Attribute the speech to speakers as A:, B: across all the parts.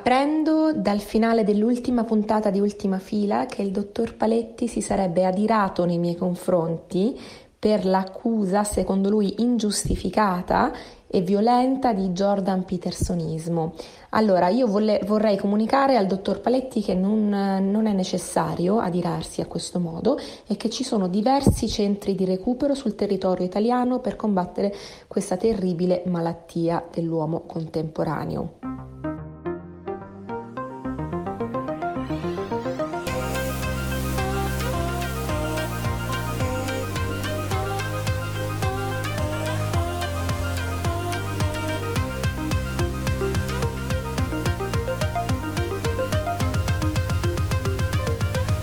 A: Apprendo dal finale dell'ultima puntata di Ultima Fila che il dottor Paletti si sarebbe adirato nei miei confronti per l'accusa, secondo lui ingiustificata e violenta, di Jordan Petersonismo. Allora, io volle- vorrei comunicare al dottor Paletti che non, non è necessario adirarsi a questo modo e che ci sono diversi centri di recupero sul territorio italiano per combattere questa terribile malattia dell'uomo contemporaneo.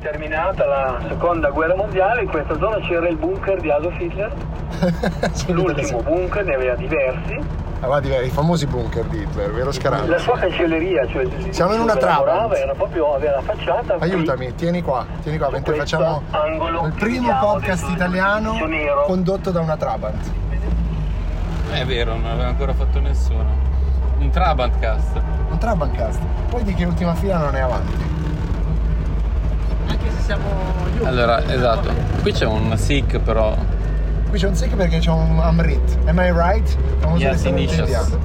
B: terminata la seconda guerra mondiale, in questa zona c'era il bunker di Adolf Hitler. L'ultimo bunker, ne aveva diversi.
C: Allora, direi, Ah, i famosi bunker di Hitler, vero Scarano?
B: La sua cancelleria, cioè
C: Siamo in una
B: dove
C: trappola.
B: lavorava, era proprio aveva la facciata. qui,
C: Aiutami, tieni qua, tieni qua, mentre
B: questo
C: facciamo
B: angolo
C: il
B: che
C: primo
B: vediamo
C: podcast
B: dentro
C: italiano
B: l'edificio nero.
C: condotto da una Trabant.
D: È vero, non l'aveva ancora fatto nessuno. Un Trabant cast.
C: Un Trabant cast. Poi di che ultima fila non è avanti.
E: Anche se siamo gli
D: Allora, esatto. Qui c'è un SIC però.
C: Qui c'è un sick perché c'è un Amrit. Am I right? Famoso
D: Yes,
C: ristorante
D: initials.
C: indiano.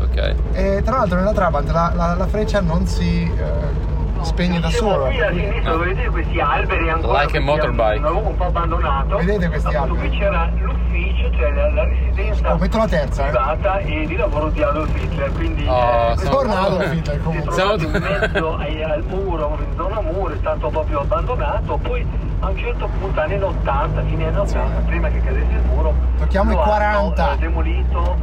D: Ok.
C: E tra l'altro nella Trabant la, la- la freccia non si eh, spegne da
B: Siamo
C: sola.
B: qui alla sinistra,
D: No.
B: dove vedete questi alberi ancora
D: Like a
B: questi
D: motorbike.
B: hanno un po' abbandonato.
C: Vedete questi
B: Appunto,
C: alberi?
B: Qui c'era l'ufficio, cioè la, la residenza
C: Oh, metto la terza, eh.
B: privata e di lavoro di Adolf Hitler, quindi
D: Oh,
B: eh,
D: sono-
C: Torna Adolf Hitler
B: si è
C: comunque.
D: Siamo
B: trovato in
D: tu-
B: mezzo ai- al muro, in zona muro, è stato proprio abbandonato, poi a un certo punto anni 80, fine anni 80, prima che cadesse il muro,
C: Tocchiamo
B: lo
C: i 40.
B: hanno eh, demolito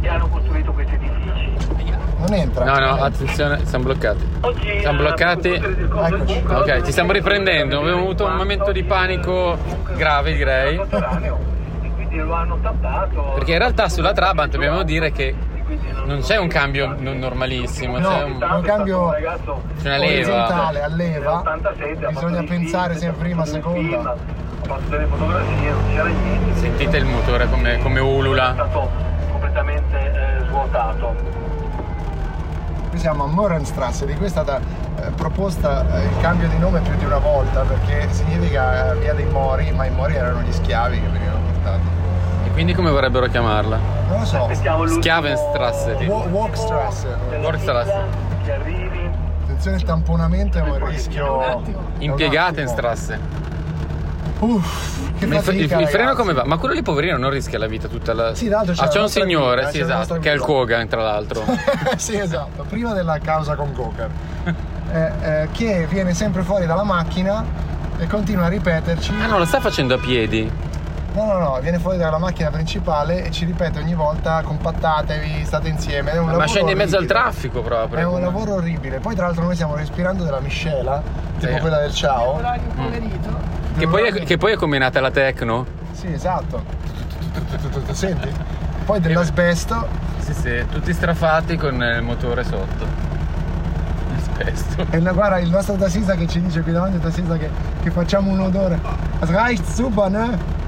B: e hanno costruito questi edifici.
C: Non entra.
D: No, no, attenzione, siamo bloccati.
B: Oggi
D: Siamo
B: eh,
D: bloccati.
B: tutto il discorso del
C: Eccoci.
B: bunker,
D: Ok,
B: oggi
D: ci stiamo riprendendo. Abbiamo avuto un momento di panico grave, direi.
B: E quindi lo hanno tappato.
D: Perché in realtà sulla Trabant dobbiamo dire che non c'è un cambio non normalissimo,
C: No.
D: c'è
C: un
D: un...
C: cambio
D: c'è una leva.
C: orizzontale, a leva. Bisogna pensare sempre prima, seconda.
B: Ho fatto delle fotografie, non c'era niente.
D: Sentite il motore come, come
B: È
D: ulula.
B: stato completamente eh, svuotato.
C: Qui siamo a Morenstrasse, di cui è stata eh, proposta eh, il cambio di nome più di una volta perché significa eh, via dei Mori, ma i Mori erano gli schiavi che venivano portati.
D: E quindi come vorrebbero chiamarla?
C: Non lo so,
B: Aspettiamo l'ultimo-
D: Schiavenstrasse, tipo.
C: Wa- Walkstrasse.
B: della
D: Walkstrasse.
B: sigla, Che arrivi.
C: attenzione il tamponamento è un rischio...
D: Impiegate in
C: strada.
D: strasse.
C: Uff, Esatto. che
D: Ma il, fre- il-
C: fatica,
D: il freno
C: ragazzi.
D: come va? Ma quello lì poverino non rischia la vita tutta la...
C: Sì, tra l'altro c'è
D: ah,
C: la
D: c'è un
C: nostra
D: signore,
C: guida,
D: sì
C: c'è la
D: esatto,
C: nostra
D: che è il
C: guida.
D: Kogan tra l'altro.
C: sì, esatto, prima della causa con Coker, eh, eh, che viene sempre fuori dalla macchina e continua a ripeterci.
D: Ah no, lo sta facendo a piedi.
C: No, no, no, viene fuori dalla macchina principale e ci ripete ogni volta compattatevi, state insieme. È un
D: Ma
C: lavoro
D: scende in mezzo al
C: orribile.
D: traffico
C: È
D: proprio.
C: un lavoro orribile. Poi tra l'altro noi stiamo respirando della miscela, tipo
D: Sì.
C: quella del ciao.
E: orario poverito.
D: Che poi, è, che poi è come è nata la Tecno?
C: Sì, esatto. Senti? Poi dell'asbesto
D: Sì, sì, tutti strafati con il motore sotto. Asbesto.
C: e la, guarda il nostro tassista che ci dice qui davanti il tassista che, che facciamo un odore. Das reicht super, ne?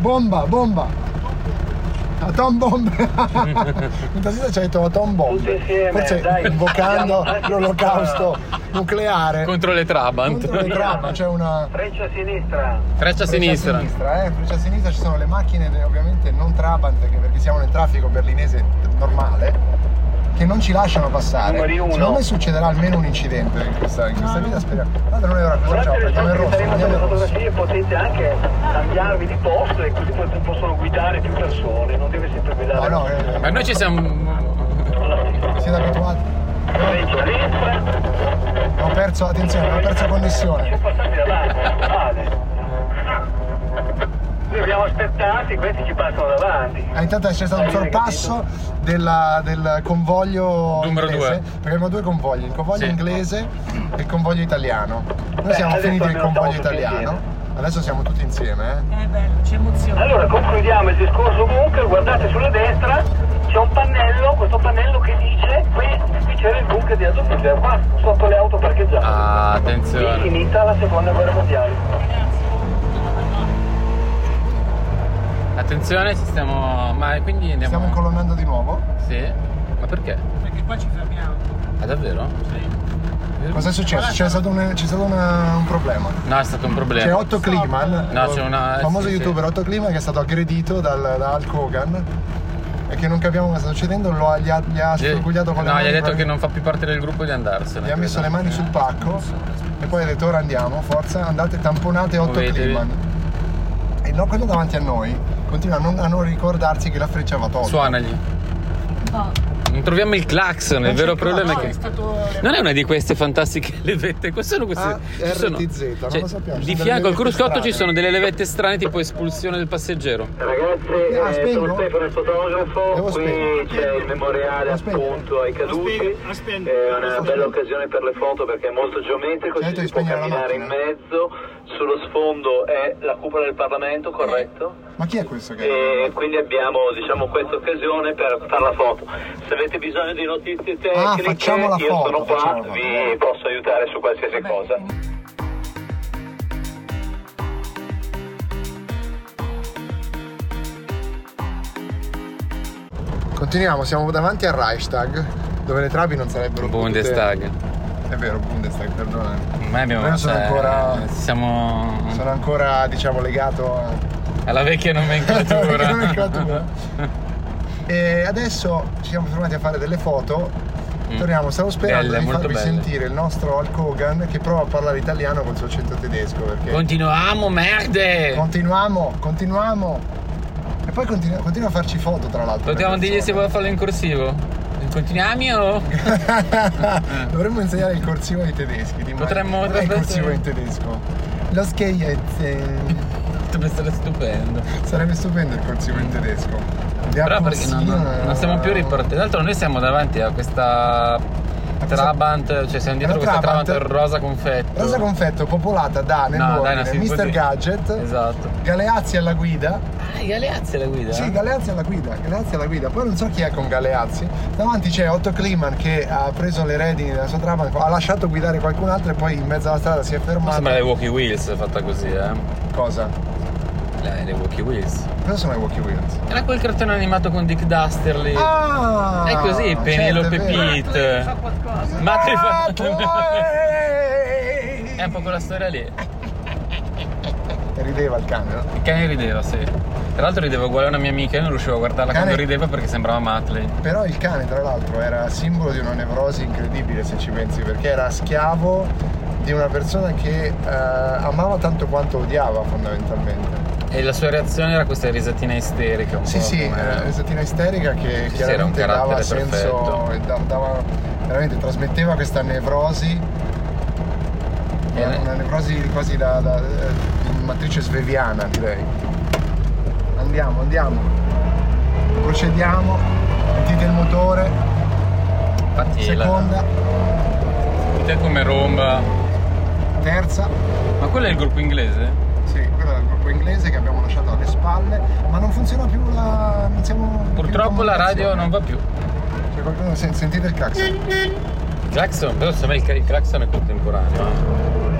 C: Bomba, bomba. Atom bomb. Un tassista ci ha detto atom bomb.
B: Tutti insieme,
C: Forse
B: dai.
C: invocando
B: Andiamo.
C: l'olocausto nucleare.
D: Contro le
C: Contro le
D: Trabant.
C: trama c'è una
B: Freccia a sinistra.
D: Freccia a sinistra.
C: sinistra, eh, freccia a sinistra ci sono le macchine de- ovviamente non Trabant che- perché siamo nel traffico berlinese normale che non ci lasciano passare.
B: Numeri uno.
C: Secondo me succederà almeno un incidente in questa, in questa vita, speriamo. Tanto noi ora cosa
B: Guardate
C: facciamo?
B: le
C: Prendiamo il
B: foto che
C: rosso,
B: saremo
C: prendiamo
B: delle
C: il rosso.
B: fotografie, potete anche cambiarvi di posto e così poi possono guidare più persone, non deve sempre
C: No,
B: guidare.
C: no, eh,
D: Ma noi ci siamo...
C: siete abituati.
B: Freccia a destra,
C: Ho perso, attenzione, ho perso
B: sono
C: connessione.
B: passati davanti, male. dobbiamo aspettarti, questi ci passano davanti.
C: Ah, intanto è sceso un
B: Hai
C: sorpasso della- del convoglio
D: Numero
C: inglese,
D: due.
C: perché abbiamo due convogli, il convoglio
D: Sì.
C: inglese e il convoglio italiano. Noi
B: Beh,
C: siamo
B: adesso
C: finiti il
B: almeno
C: convoglio
B: siamo tutti
C: italiano, adesso siamo tutti insieme. eh.
E: È bello, c'è emozione.
B: Allora concludiamo il discorso bunker, guardate sulla destra c'è un pannello, questo pannello che dice qui, qui c'era il bunker di Azovstal, qua sotto le auto parcheggiate. Lì
D: Ah,
B: è
D: attenzione.
B: finita la seconda guerra mondiale.
D: Attenzione, ci stiamo. Ma quindi
C: Eh?
D: andiamo.
C: Stiamo colonnando di nuovo.
D: Sì. Ma perché?
E: Perché qua ci fermiamo.
D: Ah, davvero?
C: Cosa è successo? C'è stato, un, c'è stato una- un problema.
D: No, è stato un problema.
C: C'è Otto Kliman,
D: No, c'è una-
C: il famoso
D: sì, sì.
C: youtuber Otto Kliman che è stato aggredito dal- da Hulk Hogan e che non capiamo cosa sta succedendo, lo ha, gli ha, gli ha
D: Gli-
C: sfurgugliato con le
D: No,
C: mani
D: gli ha detto
C: proprio-
D: che non fa più parte del gruppo di andarsene.
C: Gli ha messo le
D: credo.
C: mani sul pacco e poi ha detto ora andiamo, forza, andate, tamponate 8
D: Muovetevi.
C: Kliman. E no, quello davanti a noi continua a non, a non ricordarsi che la freccia va tolta.
D: Suonagli. Non troviamo il clacson, il
C: c'è
D: vero
C: il
D: problema
C: clacson.
D: è
E: È
D: che.
E: stato...
D: Non è una di queste fantastiche levette, queste sono queste.
C: Ah,
D: ci sono- cioè,
C: RTZ, non lo sappiamo,
D: Di
C: sono delle
D: fianco al
C: levette
D: cruscotto ci
C: strane.
D: sono delle levette strane tipo espulsione del passeggero.
B: Ragazzi,
C: Ah,
B: eh, sono
C: spengo?
B: Stefano il fotografo,
C: Devo
B: qui
C: spegnere.
B: c'è il memoriale
C: Lo spengo.
B: appunto ai caduti,
E: spengo, lo spengo.
B: è una bella occasione per le foto perché è molto geometrico,
C: Hai
B: ci
C: detto
B: si
C: Certo di
B: può
C: spegnere la
B: camminare in
C: macchina?
B: mezzo, sullo sfondo è la cupola del Parlamento, corretto?
C: Ma chi è questo che
B: E quindi abbiamo diciamo questa occasione per fare la foto. Se avete bisogno di notizie
C: Ah,
B: tecniche,
C: facciamo la
B: io
C: foto,
B: sono qua,
C: facciamo la foto.
B: vi posso aiutare su qualsiasi cosa.
C: Continuiamo, siamo davanti al Reichstag, dove le travi non sarebbero
D: Bundestag.
C: potute- È vero, Bundestag, perdonami.
D: Ma abbiamo. eh,
C: Noi sono ancora-
D: Siamo.
C: Sono ancora, diciamo, legato a...
D: alla vecchia nomenclatura.
C: nomenclatura. e adesso ci siamo fermati a fare delle foto. Torniamo, stavo sperando
D: Mm. Belle,
C: di
D: molto
C: farvi
D: belle.
C: sentire il nostro Hulk Hogan che prova a parlare italiano col suo accento tedesco perché
D: Continuiamo, merde!
C: continuiamo, continuiamo e poi continua, continua a farci foto tra l'altro.
D: Dobbiamo
C: le
D: dirgli
C: persone.
D: se vuole farlo in corsivo. Continuiamo?
C: Dovremmo insegnare il corsivo ai tedeschi. ti immagini?
D: Potremmo-
C: Qual è il
D: potrebbe
C: corsivo
D: essere-
C: in tedesco. Lo scheietzen.
D: Dovrebbe essere stupendo.
C: Sarebbe stupendo il corsivo in tedesco. Der
D: Però perché non,
C: Corsivo-
D: non- non
C: eh,
D: stiamo più ripartendo. Tra l'altro noi siamo davanti a questa
C: questa-
D: Trabant, cioè siamo dietro
C: Una
D: questa
C: Trabant?
D: Trabant rosa confetto.
C: Rosa Confetto popolata da nell'ordine
D: si può
C: Mr.
D: dire.
C: Gadget,
D: Esatto.
C: Galeazzi alla guida.
D: Ah, i Galeazzi la guida?
C: Sì, Galeazzi alla guida, Galeazzi alla guida. Poi non so chi è con Galeazzi. Davanti c'è Otto Kliman che ha preso le redini della sua trama, ha lasciato guidare qualcun altro e poi in mezzo alla strada si è
D: Mi
C: fermato.
D: Sembra le Walkie Wheels fatta così, eh.
C: Cosa?
D: Le, le Walkie Wheels.
C: Cosa sono i Walkie Wheels?
D: Era quel cartone animato con Dick Duster lì.
C: Ah!
D: è così, Penelope
C: certo, è vero.
D: Pete.
E: Fa qualcosa.
D: Ma Eh, ti
C: Ah, tu-
D: fa... È un po' quella storia lì. Il
C: E Rideva il cane, no?
D: cane rideva, sì. Tra l'altro rideva uguale a una mia amica, io non riuscivo a guardarla
C: Cane-
D: quando rideva perché sembrava Matley.
C: Però il cane, tra l'altro, era simbolo di una nevrosi incredibile, se ci pensi, perché era schiavo di una persona che eh, amava tanto quanto odiava, fondamentalmente.
D: E la sua reazione era questa risatina isterica. Un
C: Sì,
D: po
C: sì, eh,
D: come-
C: era una statina isterica che
D: sì, era un
C: chiaramente dava
D: carattere
C: senso,
D: perfetto.
C: e da- dava- veramente trasmetteva questa nevrosi,
D: Eh.
C: una nevrosi quasi da, da- eh, di matrice sveviana, direi. Andiamo, andiamo, procediamo, sentite il motore,
D: Infatti,
C: seconda,
D: la- te come romba.
C: terza.
D: Ma quello è il gruppo inglese?
C: Sì, quello è il gruppo inglese che abbiamo lasciato alle spalle, ma non funziona più la. non siamo più
D: Purtroppo
C: in
D: la radio non
C: comunicazione.
D: va più.
C: C'è qualcuno sen- sentite il clacson.
D: Claxon, però secondo me il, il claxon è contemporaneo.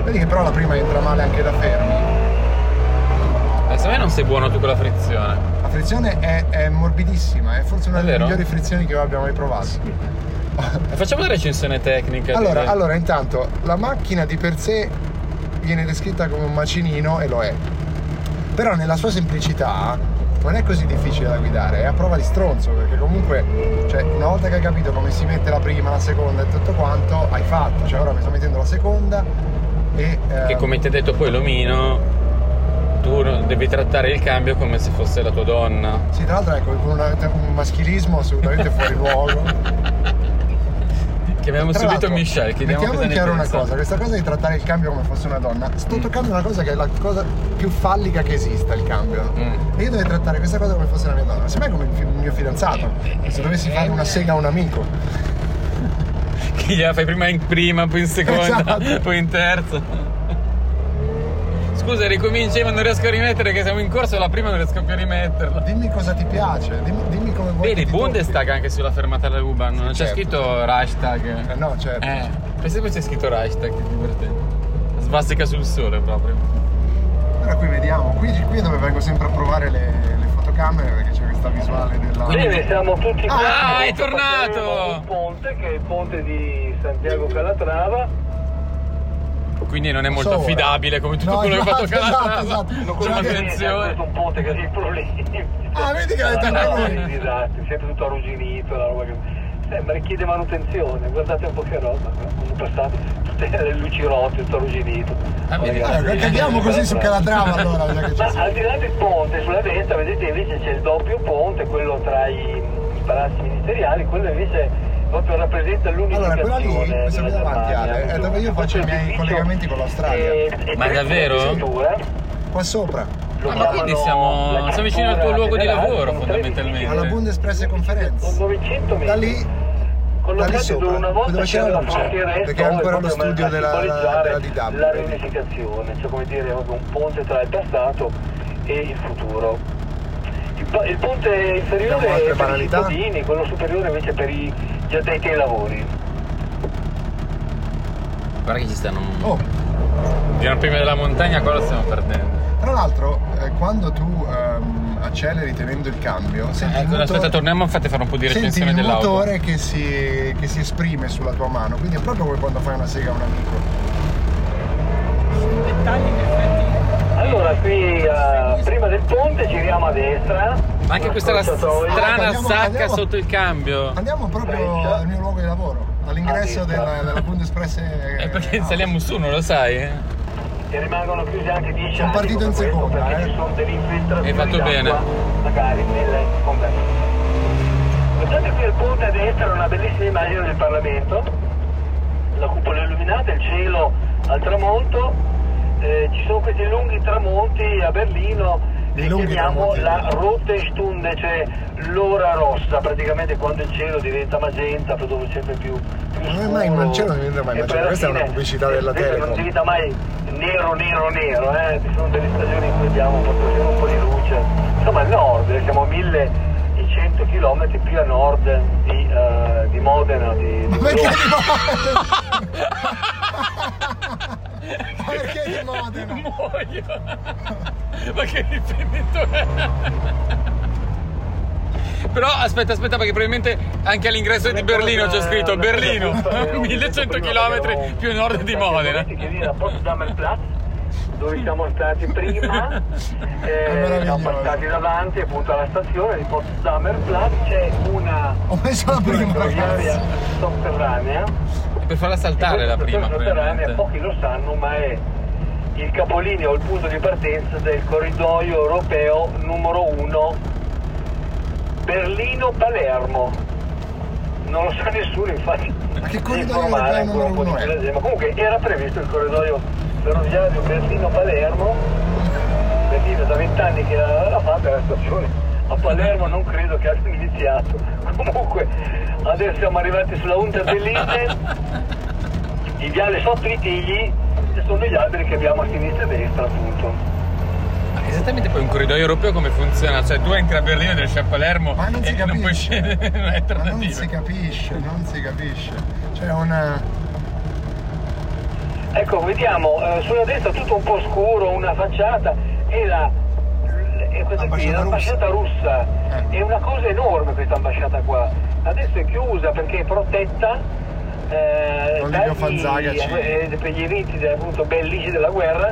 C: Vedi che però la prima entra male anche da fermi.
D: Eh, secondo me non sei buono tu con la frizione.
C: La frizione è, è morbidissima, è forse una
D: È
C: delle
D: vero?
C: migliori frizioni che abbiamo mai provato.
D: Eh, Facciamo una recensione tecnica.
C: Allora,
D: direi.
C: allora, intanto, la macchina di per sé viene descritta come un macinino e lo è. Però nella sua semplicità non è così difficile da guidare, è a prova di stronzo, perché comunque, cioè, una volta che hai capito come si mette la prima, la seconda e tutto quanto, hai fatto. Cioè ora mi sto mettendo la seconda e.
D: Che
C: ehm,
D: come ti ha detto poi l'omino, tu no- devi trattare il cambio come se fosse la tua donna.
C: Sì, tra l'altro ecco, con una- un maschilismo assolutamente fuori luogo.
D: Che Chiamiamo
C: Tra
D: subito
C: l'altro,
D: Michelle, chiediamo
C: Mettiamo
D: cosa
C: in
D: ne
C: chiaro una
D: pensa. Mm.
C: cosa, questa cosa di trattare il cambio come fosse una donna, sto toccando una cosa che è la cosa più fallica che esista, il cambio.
D: Mm.
C: E io devo trattare questa cosa come fosse una mia donna, semmai come il fi- il mio fidanzato, se dovessi fare una sega a un amico.
D: Che gliela fai prima in prima, poi in seconda,
C: Esatto.
D: poi in terza. Scusa, ricominci, ma non riesco a rimettere che siamo in corso, la prima non riesco più a rimetterla.
C: Dimmi cosa ti piace, dimmi, dimmi come vuoi. che
D: Vedi,
C: ti
D: Bundestag anche sulla fermata alla U-Bahn, non c'è
C: certo.
D: scritto
C: tocchi.
D: hashtag.
C: Eh, no, certo.
D: Eh, pensavo c'è scritto hashtag, che divertente. Svastica sul sole proprio.
C: Però qui vediamo, qui, qui è dove vengo sempre a provare le, le fotocamere perché c'è questa visuale della...
B: Bene, siamo tutti
C: Ah,
B: quanti.
D: è tornato!
B: Passeremo Un ponte che è il ponte di Santiago Calatrava.
D: Quindi non è molto
C: So, eh.
D: affidabile come tutto
C: No,
D: quello che ha fatto
C: esatto, esatto,
D: Calatrava.
C: esatto. Non
D: Con
C: conviene,
D: attenzione.
B: questo un ponte che ha dei problemi.
C: Ah, vedi che avete anche
B: Sarà
C: voi.
B: un disastro, sempre tutto arrugginito, la roba che... Sembra richiede manutenzione, guardate un po' che roba, sono passate tutte le luci rotte, tutto arrugginito.
D: Ah, vedi,
B: Ragazzi,
C: Eh, cadiamo così su Calatrava allora, vedrai che
B: Ma
C: ci sia.
B: al di là del ponte, sulla destra vedete invece c'è il doppio ponte, quello tra i, i palazzi ministeriali, quello invece proprio rappresenta
C: Allora,
B: l'unificazione
C: quella lì,
B: della
C: questa qui davanti,
B: Germania,
C: Ale, è
B: tutto.
C: eh, dove io
B: Questo
C: faccio i miei
B: edificio
C: collegamenti con l'Australia.
B: è- è
D: Ma davvero?
B: di struttura,
C: Qua sopra,
B: lo
D: Ah, ma quindi
B: chiamano
D: siamo-
B: la
D: siamo vicino al tuo
B: cultura
D: luogo di
B: generale,
D: lavoro,
B: sono tre
D: fondamentalmente.
C: alla Bundespress
B: edifici
C: Conference.
B: Con 900 metri.
C: Da lì, da lì
B: collocati
C: sopra,
B: dove una volta
C: dove c'era la luce,
B: frontiera est,
C: perché è ancora lo
B: dove proprio
C: studio
B: andare a
C: della, della,
B: simboleggiare
C: DW.
B: La
C: vedi?
B: riunificazione, cioè come dire, proprio un ponte tra il passato e il futuro. Il, po- il ponte inferiore
C: Abbiamo altre
B: è per i
C: banalità?
B: cittadini, quello superiore invece è per i gli addetti ai lavori.
D: Guarda che ci stanno.
C: Oh,
D: Piano prima della montagna, qua lo stiamo perdendo.
C: tra l'altro, eh, quando tu ehm, acceleri tenendo il cambio, senti il
D: Ecco,
C: motore-
D: aspetta, torniamo a fate fare un po' di
C: Senti
D: recensione
C: il
D: dell'auto.
C: motore che si, che si esprime sulla tua mano, quindi è proprio come quando fai una sega a un amico.
E: Dettagli in effetti.
B: Allora qui eh, prima del ponte giriamo a destra.
D: Ma anche
B: una
D: questa è la
B: scorciatoia.
D: strana
C: Andiamo,
D: sacca
C: andiamo.
D: sotto il cambio.
C: Andiamo proprio
B: Freccia.
C: al mio luogo di lavoro, all'ingresso
B: Ah, sì,
C: della,
B: certo.
C: della Bundespress.
D: È perché
C: eh,
D: saliamo su, non lo sai? eh?
B: e rimangono chiusi anche 10
C: Sono
B: anni
C: partito in
B: come questo,
C: seconda,
B: perché
C: eh.
B: ci sono delle infiltrazioni
D: Hai fatto
B: d'acqua,
D: bene.
B: magari nelle converse guardate qui al ponte a destra una bellissima immagine del Parlamento la cupola illuminata il cielo al tramonto eh, ci sono questi lunghi tramonti a Berlino
C: Dei
B: che
C: lunghi
B: chiamiamo
C: tramonti.
B: la rote stunde cioè l'ora rossa praticamente quando il cielo diventa magenta dopo sempre più, più
C: Non è mai
B: scuro.
C: il cielo non diventa mai
B: E poi
C: magenta,
B: alla
C: questa è una
B: fine,
C: pubblicità
B: eh,
C: della
B: questo non
C: Telecom.
B: diventa diventa mai nero nero nero eh? ci sono delle stagioni in cui abbiamo un po' di- un po' di luce insomma al nord eh, siamo a 1100 km più a nord di, eh, di Modena di, di
C: Perché
B: Roma.
C: di Modena? Ma perché di Modena?
D: Muoio! Ma che riferimento è? Però aspetta, aspetta, perché probabilmente anche all'ingresso di Berlino c'è
B: Eh,
D: scritto Berlino, 1100 km più a nord di
B: Siamo
D: Modena.
B: stati lì a Potsdamer Platz, dove siamo stati prima
C: È
B: eh,
C: meraviglioso.
B: siamo passati davanti appunto alla stazione di Potsdamer Platz c'è una
C: Ho messo la prima,
B: ferroviaria
C: ragazzi.
B: sotterranea
D: Per farla saltare la prima,
B: sotterranea,
D: probabilmente.
B: pochi lo sanno, ma è il capolinea o il punto di partenza del corridoio europeo numero 1 Berlino-Palermo. Non lo sa nessuno, infatti.
C: Ma che
B: di
C: corridoio
B: informare
C: europeo
B: ancora un po'
C: numero
B: di
C: uno è?
B: più la gente. Ma comunque era previsto il corridoio ferroviario Berlino-Palermo, Berlino da vent'anni che l'aveva fatta la stazione. A Palermo non credo che abbiano iniziato. Comunque adesso siamo arrivati sulla Unta Belline il viale sotto i tigli ci sono gli alberi che abbiamo a sinistra e a destra appunto
D: Ma Esattamente poi un corridoio europeo come funziona? Cioè tu entri a Berlino e esci a Palermo
C: Ma non si
D: e non puoi
C: capisce.
D: scendere, non hai
C: Ma non si
D: alternativa.
C: capisce, non si capisce. Cioè, C'è una.
B: ecco vediamo eh, sulla destra tutto un po' scuro una facciata e la e questa qui, l'ambasciata
C: Ambasciata
B: russa
C: Eh.
B: è una cosa enorme questa ambasciata qua adesso è chiusa perché è protetta eh,
C: Con Livio
B: dagli-
C: Fanzaga ci-
B: eh, per gli eventi del- appunto bellici della guerra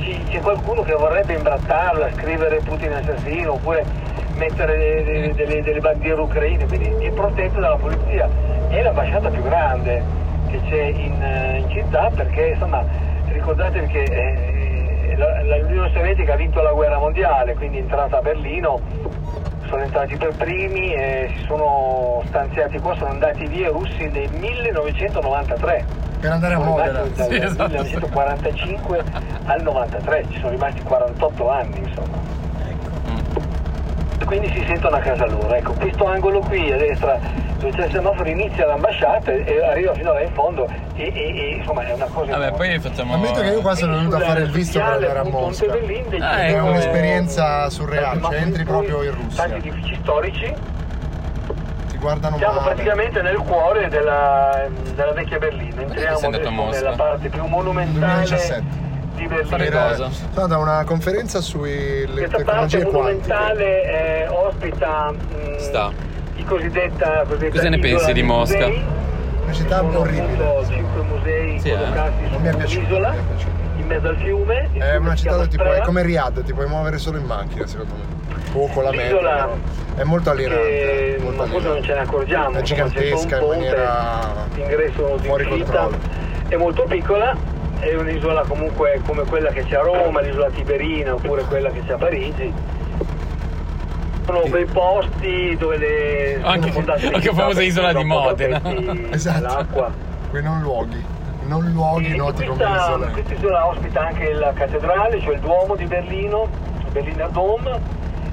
B: ci- c'è qualcuno che vorrebbe imbrattarla scrivere Putin assassino oppure mettere de- de- delle, delle bandiere ucraine quindi è protetta dalla polizia è l'ambasciata più grande che c'è in, eh, in città perché insomma ricordatevi che eh, la- la- l'Unione Sovietica ha vinto la guerra mondiale quindi è entrata a Berlino sono entrati per primi e si sono stanziati qua, sono andati via i russi nel 1993.
C: Per andare a
B: Sono
C: Modena.
B: rimasti
D: Sì,
B: dal
D: esatto.
B: 1945 al 93, ci sono rimasti 48 anni insomma.
C: Mm.
B: Quindi si sentono a casa loro, ecco, questo angolo qui a destra dove c'è il semaforo inizia l'ambasciata e- e arriva fino là in fondo e, e- e, insomma è una cosa...
D: Vabbè,
B: enorme.
D: poi facciamo.
C: Ammetto che io qua sono venuto a fare il visto per andare a Mosca.
B: Ponte Bellin dei-
D: Ah,
C: È
D: ecco.
C: un'esperienza surreale,
B: Ma
C: cioè entri
B: poi
C: proprio in Russia,
B: Tanti edifici storici,
C: ti guardano
B: siamo
C: male.
B: praticamente nel cuore della, della vecchia Berlino,
D: sei
B: entriamo
D: andato a
B: adesso
D: Mosca?
B: nella parte più monumentale
C: 2017.
B: di
D: Fare
B: Berlino.
D: cosa?
C: Era- Sono andato a Eh, una conferenza sulle
B: Questa parte
C: tecnologie quantiche.
B: monumentale eh, ospita mm,
D: Sta.
B: i cosiddetta, cosiddetta
D: Cosa ne
B: isola
D: pensi di
B: dei
D: Mosca?
B: musei.
C: Una città
B: Sono
C: orribile.
B: appunto cinque musei
D: Sì, eh.
B: collocati
C: Non mi è
B: su
C: piaciuto,
B: un'isola
C: non mi è piaciuto.
B: in mezzo al fiume. il
C: È
B: fiume
C: una
B: si
C: città
B: chiama
C: dove ti puoi,
B: Strela.
C: come Riyadh, ti puoi muovere solo in macchina, secondo me. O con la
B: L'isola
C: metro. È molto
B: che
C: allineante.
B: appunto
C: molto
B: non
C: allineante.
B: ce ne accorgiamo
C: È gigantesca
B: c'è
C: in
B: solo un ponte,
C: maniera
B: l'ingresso di
C: fuori
B: uscita
C: controllo.
B: è molto piccola è un'isola comunque come quella che c'è a Roma l'isola Tiberina oppure quella che c'è a Parigi sono bei posti dove le sono
D: Anche-
B: fondate le
D: anche
B: città,
D: famosa
B: perché
D: isola di
B: sono
D: Modena.
B: protetti
C: Esatto.
B: dall'acqua.
C: Quei non luoghi, non luoghi
B: E
C: noti come
B: questa,
C: isola.
B: questa isola ospita anche la cattedrale, cioè il Duomo di Berlino, il Berliner Dom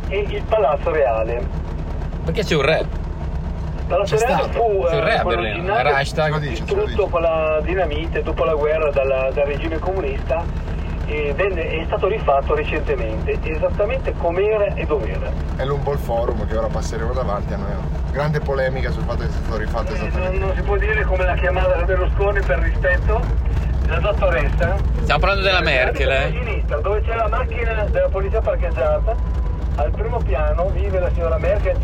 B: e il Palazzo Reale.
D: Perché c'è un re?
B: Palazzo
C: C'è
B: Reale
C: stato.
B: fu eh,
D: C'è il re a
B: quello
D: Berlino,
B: originario
D: era hashtag.
C: Lo dice, lo
B: distrutto
C: dice.
B: con la dinamite dopo la guerra dalla- dal regime comunista e venne- è stato rifatto recentemente, esattamente com'era e dov'era.
C: È l'Humboldt Forum che ora passeremo davanti a noi. Grande polemica sul fatto che sia stato rifatto
B: Non,
C: esattamente.
B: non si può dire come la chiamata la Berlusconi per rispetto della dottoressa
D: Stiamo parlando della Merkel,
B: a
D: eh?
B: sinistra, dove c'è la macchina della polizia parcheggiata, al primo piano vive la signora Merkel.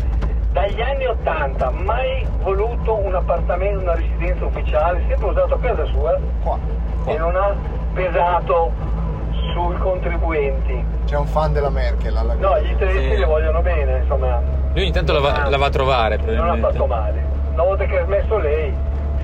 B: Dagli anni 80 mai voluto un appartamento, una residenza ufficiale, sempre usato a casa sua
C: Qua,
B: e
C: qua.
B: non ha pesato sui contribuenti.
C: C'è un fan della Merkel alla
B: No, gli tedeschi
D: Sì.
B: le vogliono bene, insomma,
D: Lui ogni tanto la va, la va a trovare,
B: non ha fatto
D: probabilmente.
B: male. Una volta che ha smesso lei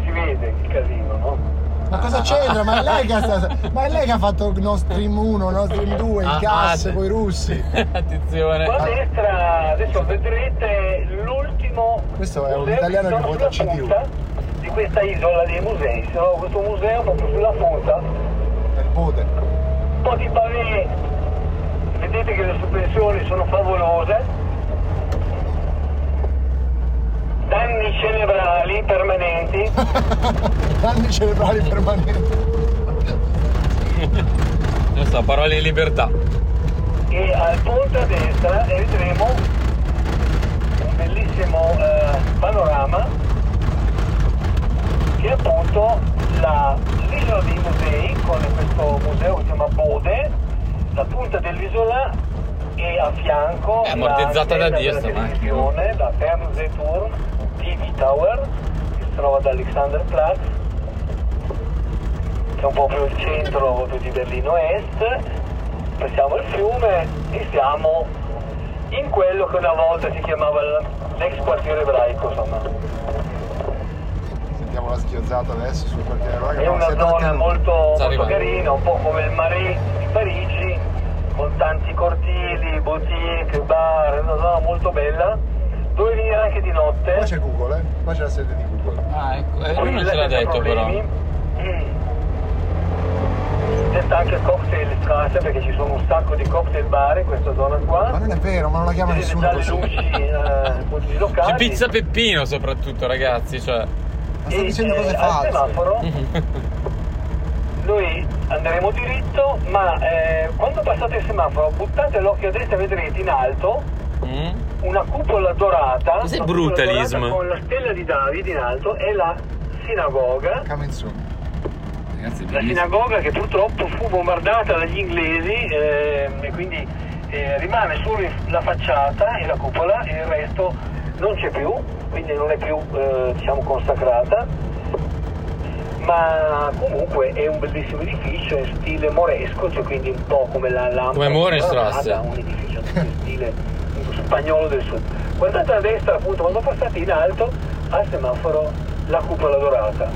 B: si vede il casino, no?
C: Ma cosa c'entra? Ma è lei che ha, sta- ma è lei che ha fatto Nord Stream 1, Nord Stream 2, il
D: Ah,
C: gas
D: ah,
C: con i russi?
B: Qua a
D: Attenzione.
B: destra adesso vedrete l'ultimo
C: Questo è un
B: museo
C: italiano
B: sono
C: che vota
B: sulla
C: CDU.
B: punta di questa isola dei musei sono questo museo proprio sulla punta un
C: È il Bode.
B: po' di pavé vedete che le sospensioni sono favolose danni cerebrali permanenti
C: Danni cerebrali permanenti.
D: Non so, parole di libertà.
B: e al ponte a destra e vedremo un bellissimo eh, panorama che è appunto la- l'isola dei musei con questo museo che si chiama Bode la punta dell'isola e a fianco
D: È ammortizzata
B: la
D: da Dio
B: antena
D: sta
B: della
D: macchina.
B: televisione, la Fernsehturm TV Tower che si trova ad Alexanderplatz che è un po' più il centro proprio di Berlino Est, passiamo il fiume e siamo in quello che una volta si chiamava l- l'ex quartiere ebraico, insomma.
C: Sentiamo la schiozzata adesso sul quartiere ebraico.
B: È
C: No,
B: una
C: siete un
B: zona
C: attimo-
B: molto,
D: Sta
B: molto
D: arrivando.
B: carina, un po' come il Marais di Parigi, con tanti cortili, boutique, bar, è una zona molto bella, dove venire anche di notte.
C: Qua c'è Google, eh? Qua c'è la sede di Google.
D: Ah, ecco. eh, Lui
B: Qui
D: non ce l'ha detto, però.
B: Detta Mm. anche cocktail strasse perché ci sono un sacco di cocktail bar in questa zona
C: Ma
B: qua.
C: non è vero, ma non la chiama
B: Vedete
C: nessuno
B: già le
C: così.
B: luci eh, con i locali.
D: C'è pizza Peppino soprattutto, ragazzi, cioè.
C: Ma sta
B: E,
C: dicendo
B: eh,
C: cose
B: al
C: false.
B: semaforo noi andremo diritto, ma eh, quando passate il semaforo buttate l'occhio a destra e vedrete in alto
D: Mm?
B: una cupola dorata.
D: Cos'è
B: una cupola dorata
D: brutalism?
B: Con la stella di Davide in alto e la sinagoga.
C: Camenzola.
D: Ragazzi,
B: La sinagoga che purtroppo fu bombardata dagli inglesi ehm, e quindi eh, rimane solo in- la facciata e la cupola e il resto non c'è più, quindi non è più eh, diciamo consacrata, ma comunque è un bellissimo edificio in stile moresco, cioè quindi un po' come la lampada.
D: Come Mohrenstrasse.
B: un edificio in stile spagnolo del sud. Guardate a destra appunto quando passate in alto al semaforo la cupola dorata.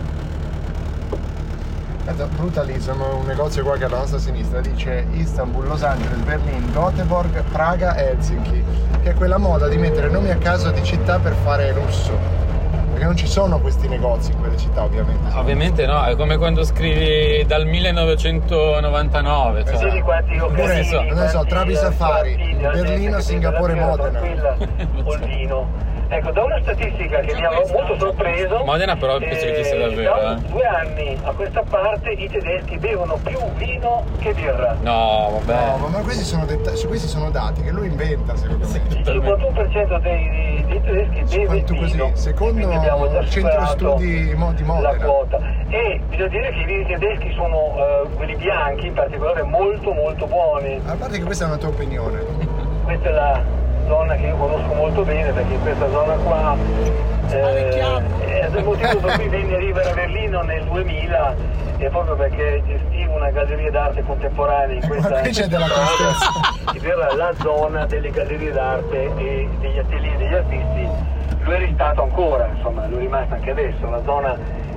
C: Guarda, brutta lì, sono Eh, un negozio qua che è alla nostra sinistra, dice Istanbul, Los Angeles, Berlino, Göteborg, Praga e Helsinki, che è quella moda di mettere nomi a caso di città per fare russo, perché non ci sono questi negozi in quelle città ovviamente.
D: Ovviamente no, è come quando scrivi dal 1999.
B: Sì, di
D: Cioè.
B: quanti
D: Nel
B: occasioni,
D: senso,
B: quanti,
C: non so, Trabi
B: eh,
C: Safari,
B: quanti, la gente
C: Berlino,
B: che
C: Singapore,
B: vive alla
C: Modena.
B: sera tranquilla, Oldino. Ecco, da una statistica che mi ha molto sorpreso.
D: Modena però penso che ci sia davvero,
B: Da
D: eh.
B: due anni a questa parte i tedeschi bevono più vino che birra.
D: No, vabbè.
C: No, ma questi sono, detta- su questi sono dati che lui inventa secondo me.
B: Il
D: Totalmente.
B: 51% dei, dei tedeschi beve
C: Quanto così?
B: vino.
C: Secondo
B: Quindi abbiamo già
C: il centro
B: superato
C: studi Mo- di Modena.
B: La quota. E bisogna dire che i vini tedeschi sono eh, quelli bianchi in particolare molto molto buoni.
C: A parte che questa è una tua opinione.
B: Questa è la zona che io conosco molto bene perché in questa zona qua eh, è il motivo per cui venne a Rivera Berlino nel 2000 è proprio perché gestivo una galleria d'arte contemporanea in questa
C: Ma qui c'è della tristezza.
B: ed era la zona delle gallerie d'arte e degli atelier degli artisti lo è restato ancora insomma lo è rimasta anche adesso la zona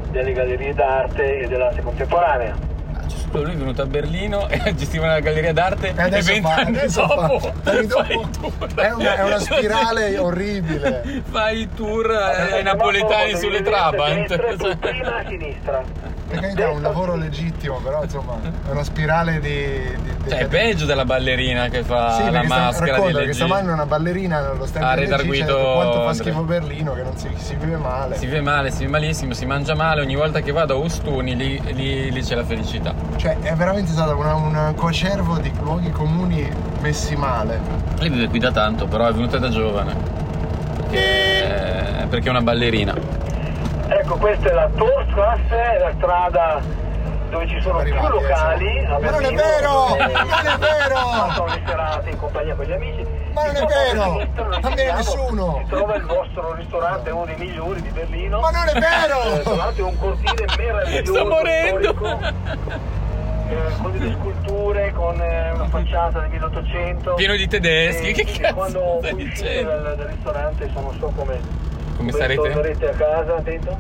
B: delle gallerie d'arte e dell'arte contemporanea
D: Scusa, lui è venuto a Berlino e gestiva una galleria d'arte
C: E
D: e,
C: adesso
D: 20
C: fa-
D: anni
C: adesso fa-
D: dopo,
C: anni dopo.
D: fai il tour.
C: È una- è una spirale orribile.
D: Fai i tour eh, ai
B: Allora,
D: napoletani
B: dopo
D: sulle
B: devi vedere
D: Trabant. Cioè,
B: destra e poi prima a sinistra
C: Perché è un lavoro legittimo, però insomma è una spirale di... di, di
D: Cioè, è peggio della ballerina che fa
C: Sì,
D: la
C: perché sta-
D: maschera di
C: racconta che
D: LG.
C: stamattina una ballerina allo
D: Ha
C: stand di LG ci ha detto
D: redarguito
C: quanto fa
D: Andrea.
C: schifo Berlino, che non si, si vive male.
D: Si vive male, si vive malissimo, si mangia male. Ogni volta che vado a Ustuni lì, lì- lì c'è la felicità.
C: Cioè è veramente stato una- un cocervo di luoghi comuni messi male.
D: Lei vive qui da tanto, però è venuta da giovane. Eh, Perché, perché è una ballerina.
B: Ecco, questa è la Torstrasse, la strada dove ci sono
C: Arrivati,
B: più locali.
C: eh,
B: a
C: Ma non è
B: Berlino,
C: vero!
B: dove
C: Non è vero!
B: Passano le serate in compagnia con gli amici.
C: Ma non è
B: Insomma,
C: vero!
B: a sinistra noi
C: Non
B: ci
C: viene
B: siamo,
C: nessuno!
B: Si trova il vostro ristorante, uno dei migliori di Berlino.
C: Ma non è
B: Eh, Tra
C: vero!
B: l'altro è un cortile meraviglioso.
D: Sto morendo.
B: storico, eh, con delle sculture, con eh, una facciata del 1800.
D: Pieno di tedeschi,
B: E
D: che
B: quindi
D: cazzo
B: Quando
D: stai
B: uscite
D: dicendo?
B: dal, dal ristorante, sono so come...
D: Come sarete?
B: Tornerete a casa, attento.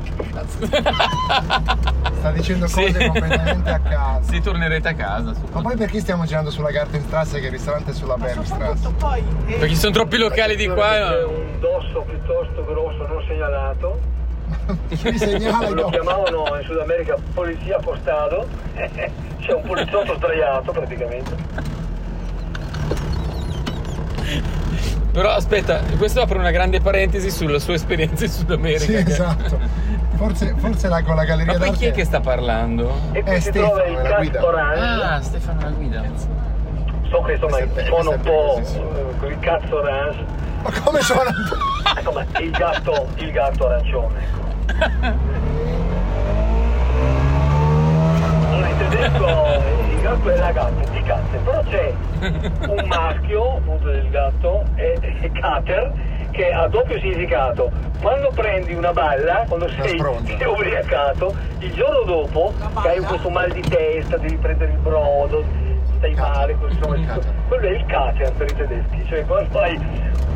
C: Sta dicendo cose
D: Sì.
C: completamente a caso.
D: Se tornerete a casa. su-
C: Ma poi perché stiamo girando sulla Gartenstrasse che il ristorante è sulla
E: Ma soprattutto
C: Bernstrasse?
E: poi eh,
D: Perché ci sono troppi locali di qua.
B: C'è
D: no?
B: un dosso piuttosto grosso non segnalato
C: Mi segnala
B: lo
C: io.
B: chiamavano in Sud America polizia postado c'è un poliziotto sdraiato praticamente
D: Però aspetta, questo apre una grande parentesi sulla sua esperienza in Sud America.
C: Sì,
D: che-
C: esatto. Forse, forse la, con la galleria
D: Ma poi
C: d'arte.
D: chi è che sta parlando? Ah,
B: e qui
C: Eh,
B: si
C: Stefano,
B: trova il
C: la guida.
B: Cazzorange
D: Stefano la guida.
B: so che insomma
C: Questo è bello,
B: suona un
C: questo è
B: po'
C: bellissimo.
B: eh, il cazzo orange
C: Ma come sono
B: insomma il gatto il gatto arancione ecco. Allora, in tedesco eh, il gatto è la gatta, di cazze, però c'è un maschio, appunto del gatto, è, è Cater, che ha doppio significato. Quando prendi una balla, quando sei,
C: spronza.
B: sei ubriacato, il giorno dopo che hai questo mal di testa, devi prendere il brodo, stai male, così, insomma,
C: Il Kater.
B: quello è il Cater per i tedeschi, cioè quando fai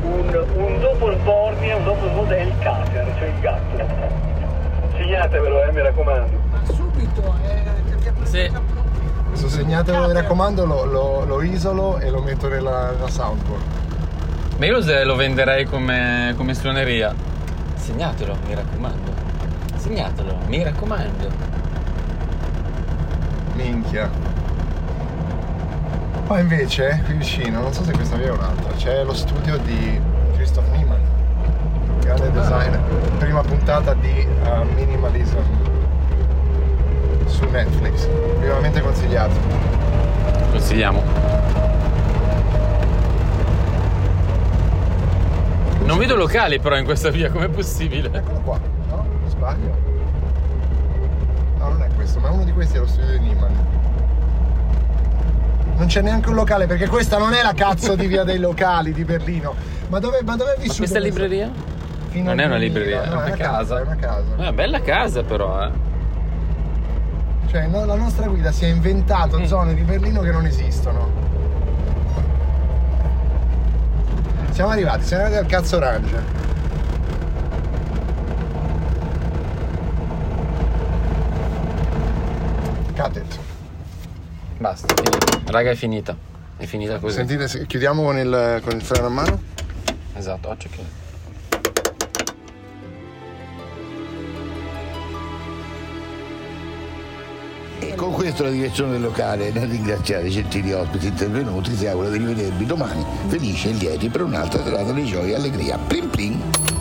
B: un, un dopo sbornia, un dopo sbornia è il Cater, cioè il gatto. Segnatevelo, eh, mi raccomando.
E: ma subito eh, perché poi
D: Sì.
E: siamo pronti.
C: Se segnatelo, mi raccomando, lo, lo- lo isolo e lo metto nella, nella soundboard.
D: Ma io lo se- lo venderei come, come suoneria. Segnatelo, mi raccomando. Segnatelo, mi raccomando.
C: Minchia. Poi invece, qui vicino, non so se questa via è un'altra, c'è lo studio di Christoph Niemann,
D: Ah.
C: grande designer. Prima puntata di uh, Minimalism su Netflix, vivamente consigliato.
D: Consigliamo. Non vedo locali però in questa via, com'è possibile?
C: Eccolo qua, no? Sbaglio? No, non è questo, ma uno di questi è lo studio di Niemann. Non c'è neanche un locale, perché questa non è la cazzo di via dei locali di Berlino. Ma dove, ma dove è vissuto?
D: Questa è
C: questo?
D: libreria?
C: Fino
D: Non
C: al
D: è
C: 2000,
D: una libreria,
C: no,
D: è una casa.
C: È una
D: È
C: casa.
D: una Ah, bella casa però, eh.
C: Cioè, no, la nostra guida si è
D: Mm.
C: inventato zone di Berlino che non esistono. Siamo arrivati, siamo arrivati al cazzo orange. Cazzo
D: Basta, finito. Raga, è finita. È finita così.
F: Sentite, se- chiudiamo con il, con il freno a mano.
D: Esatto, oggi che.
G: E con questo la direzione del locale nel ringraziare i gentili ospiti intervenuti si augura di rivedervi domani felici e lieti per un'altra serata di gioia e allegria. Plim plim!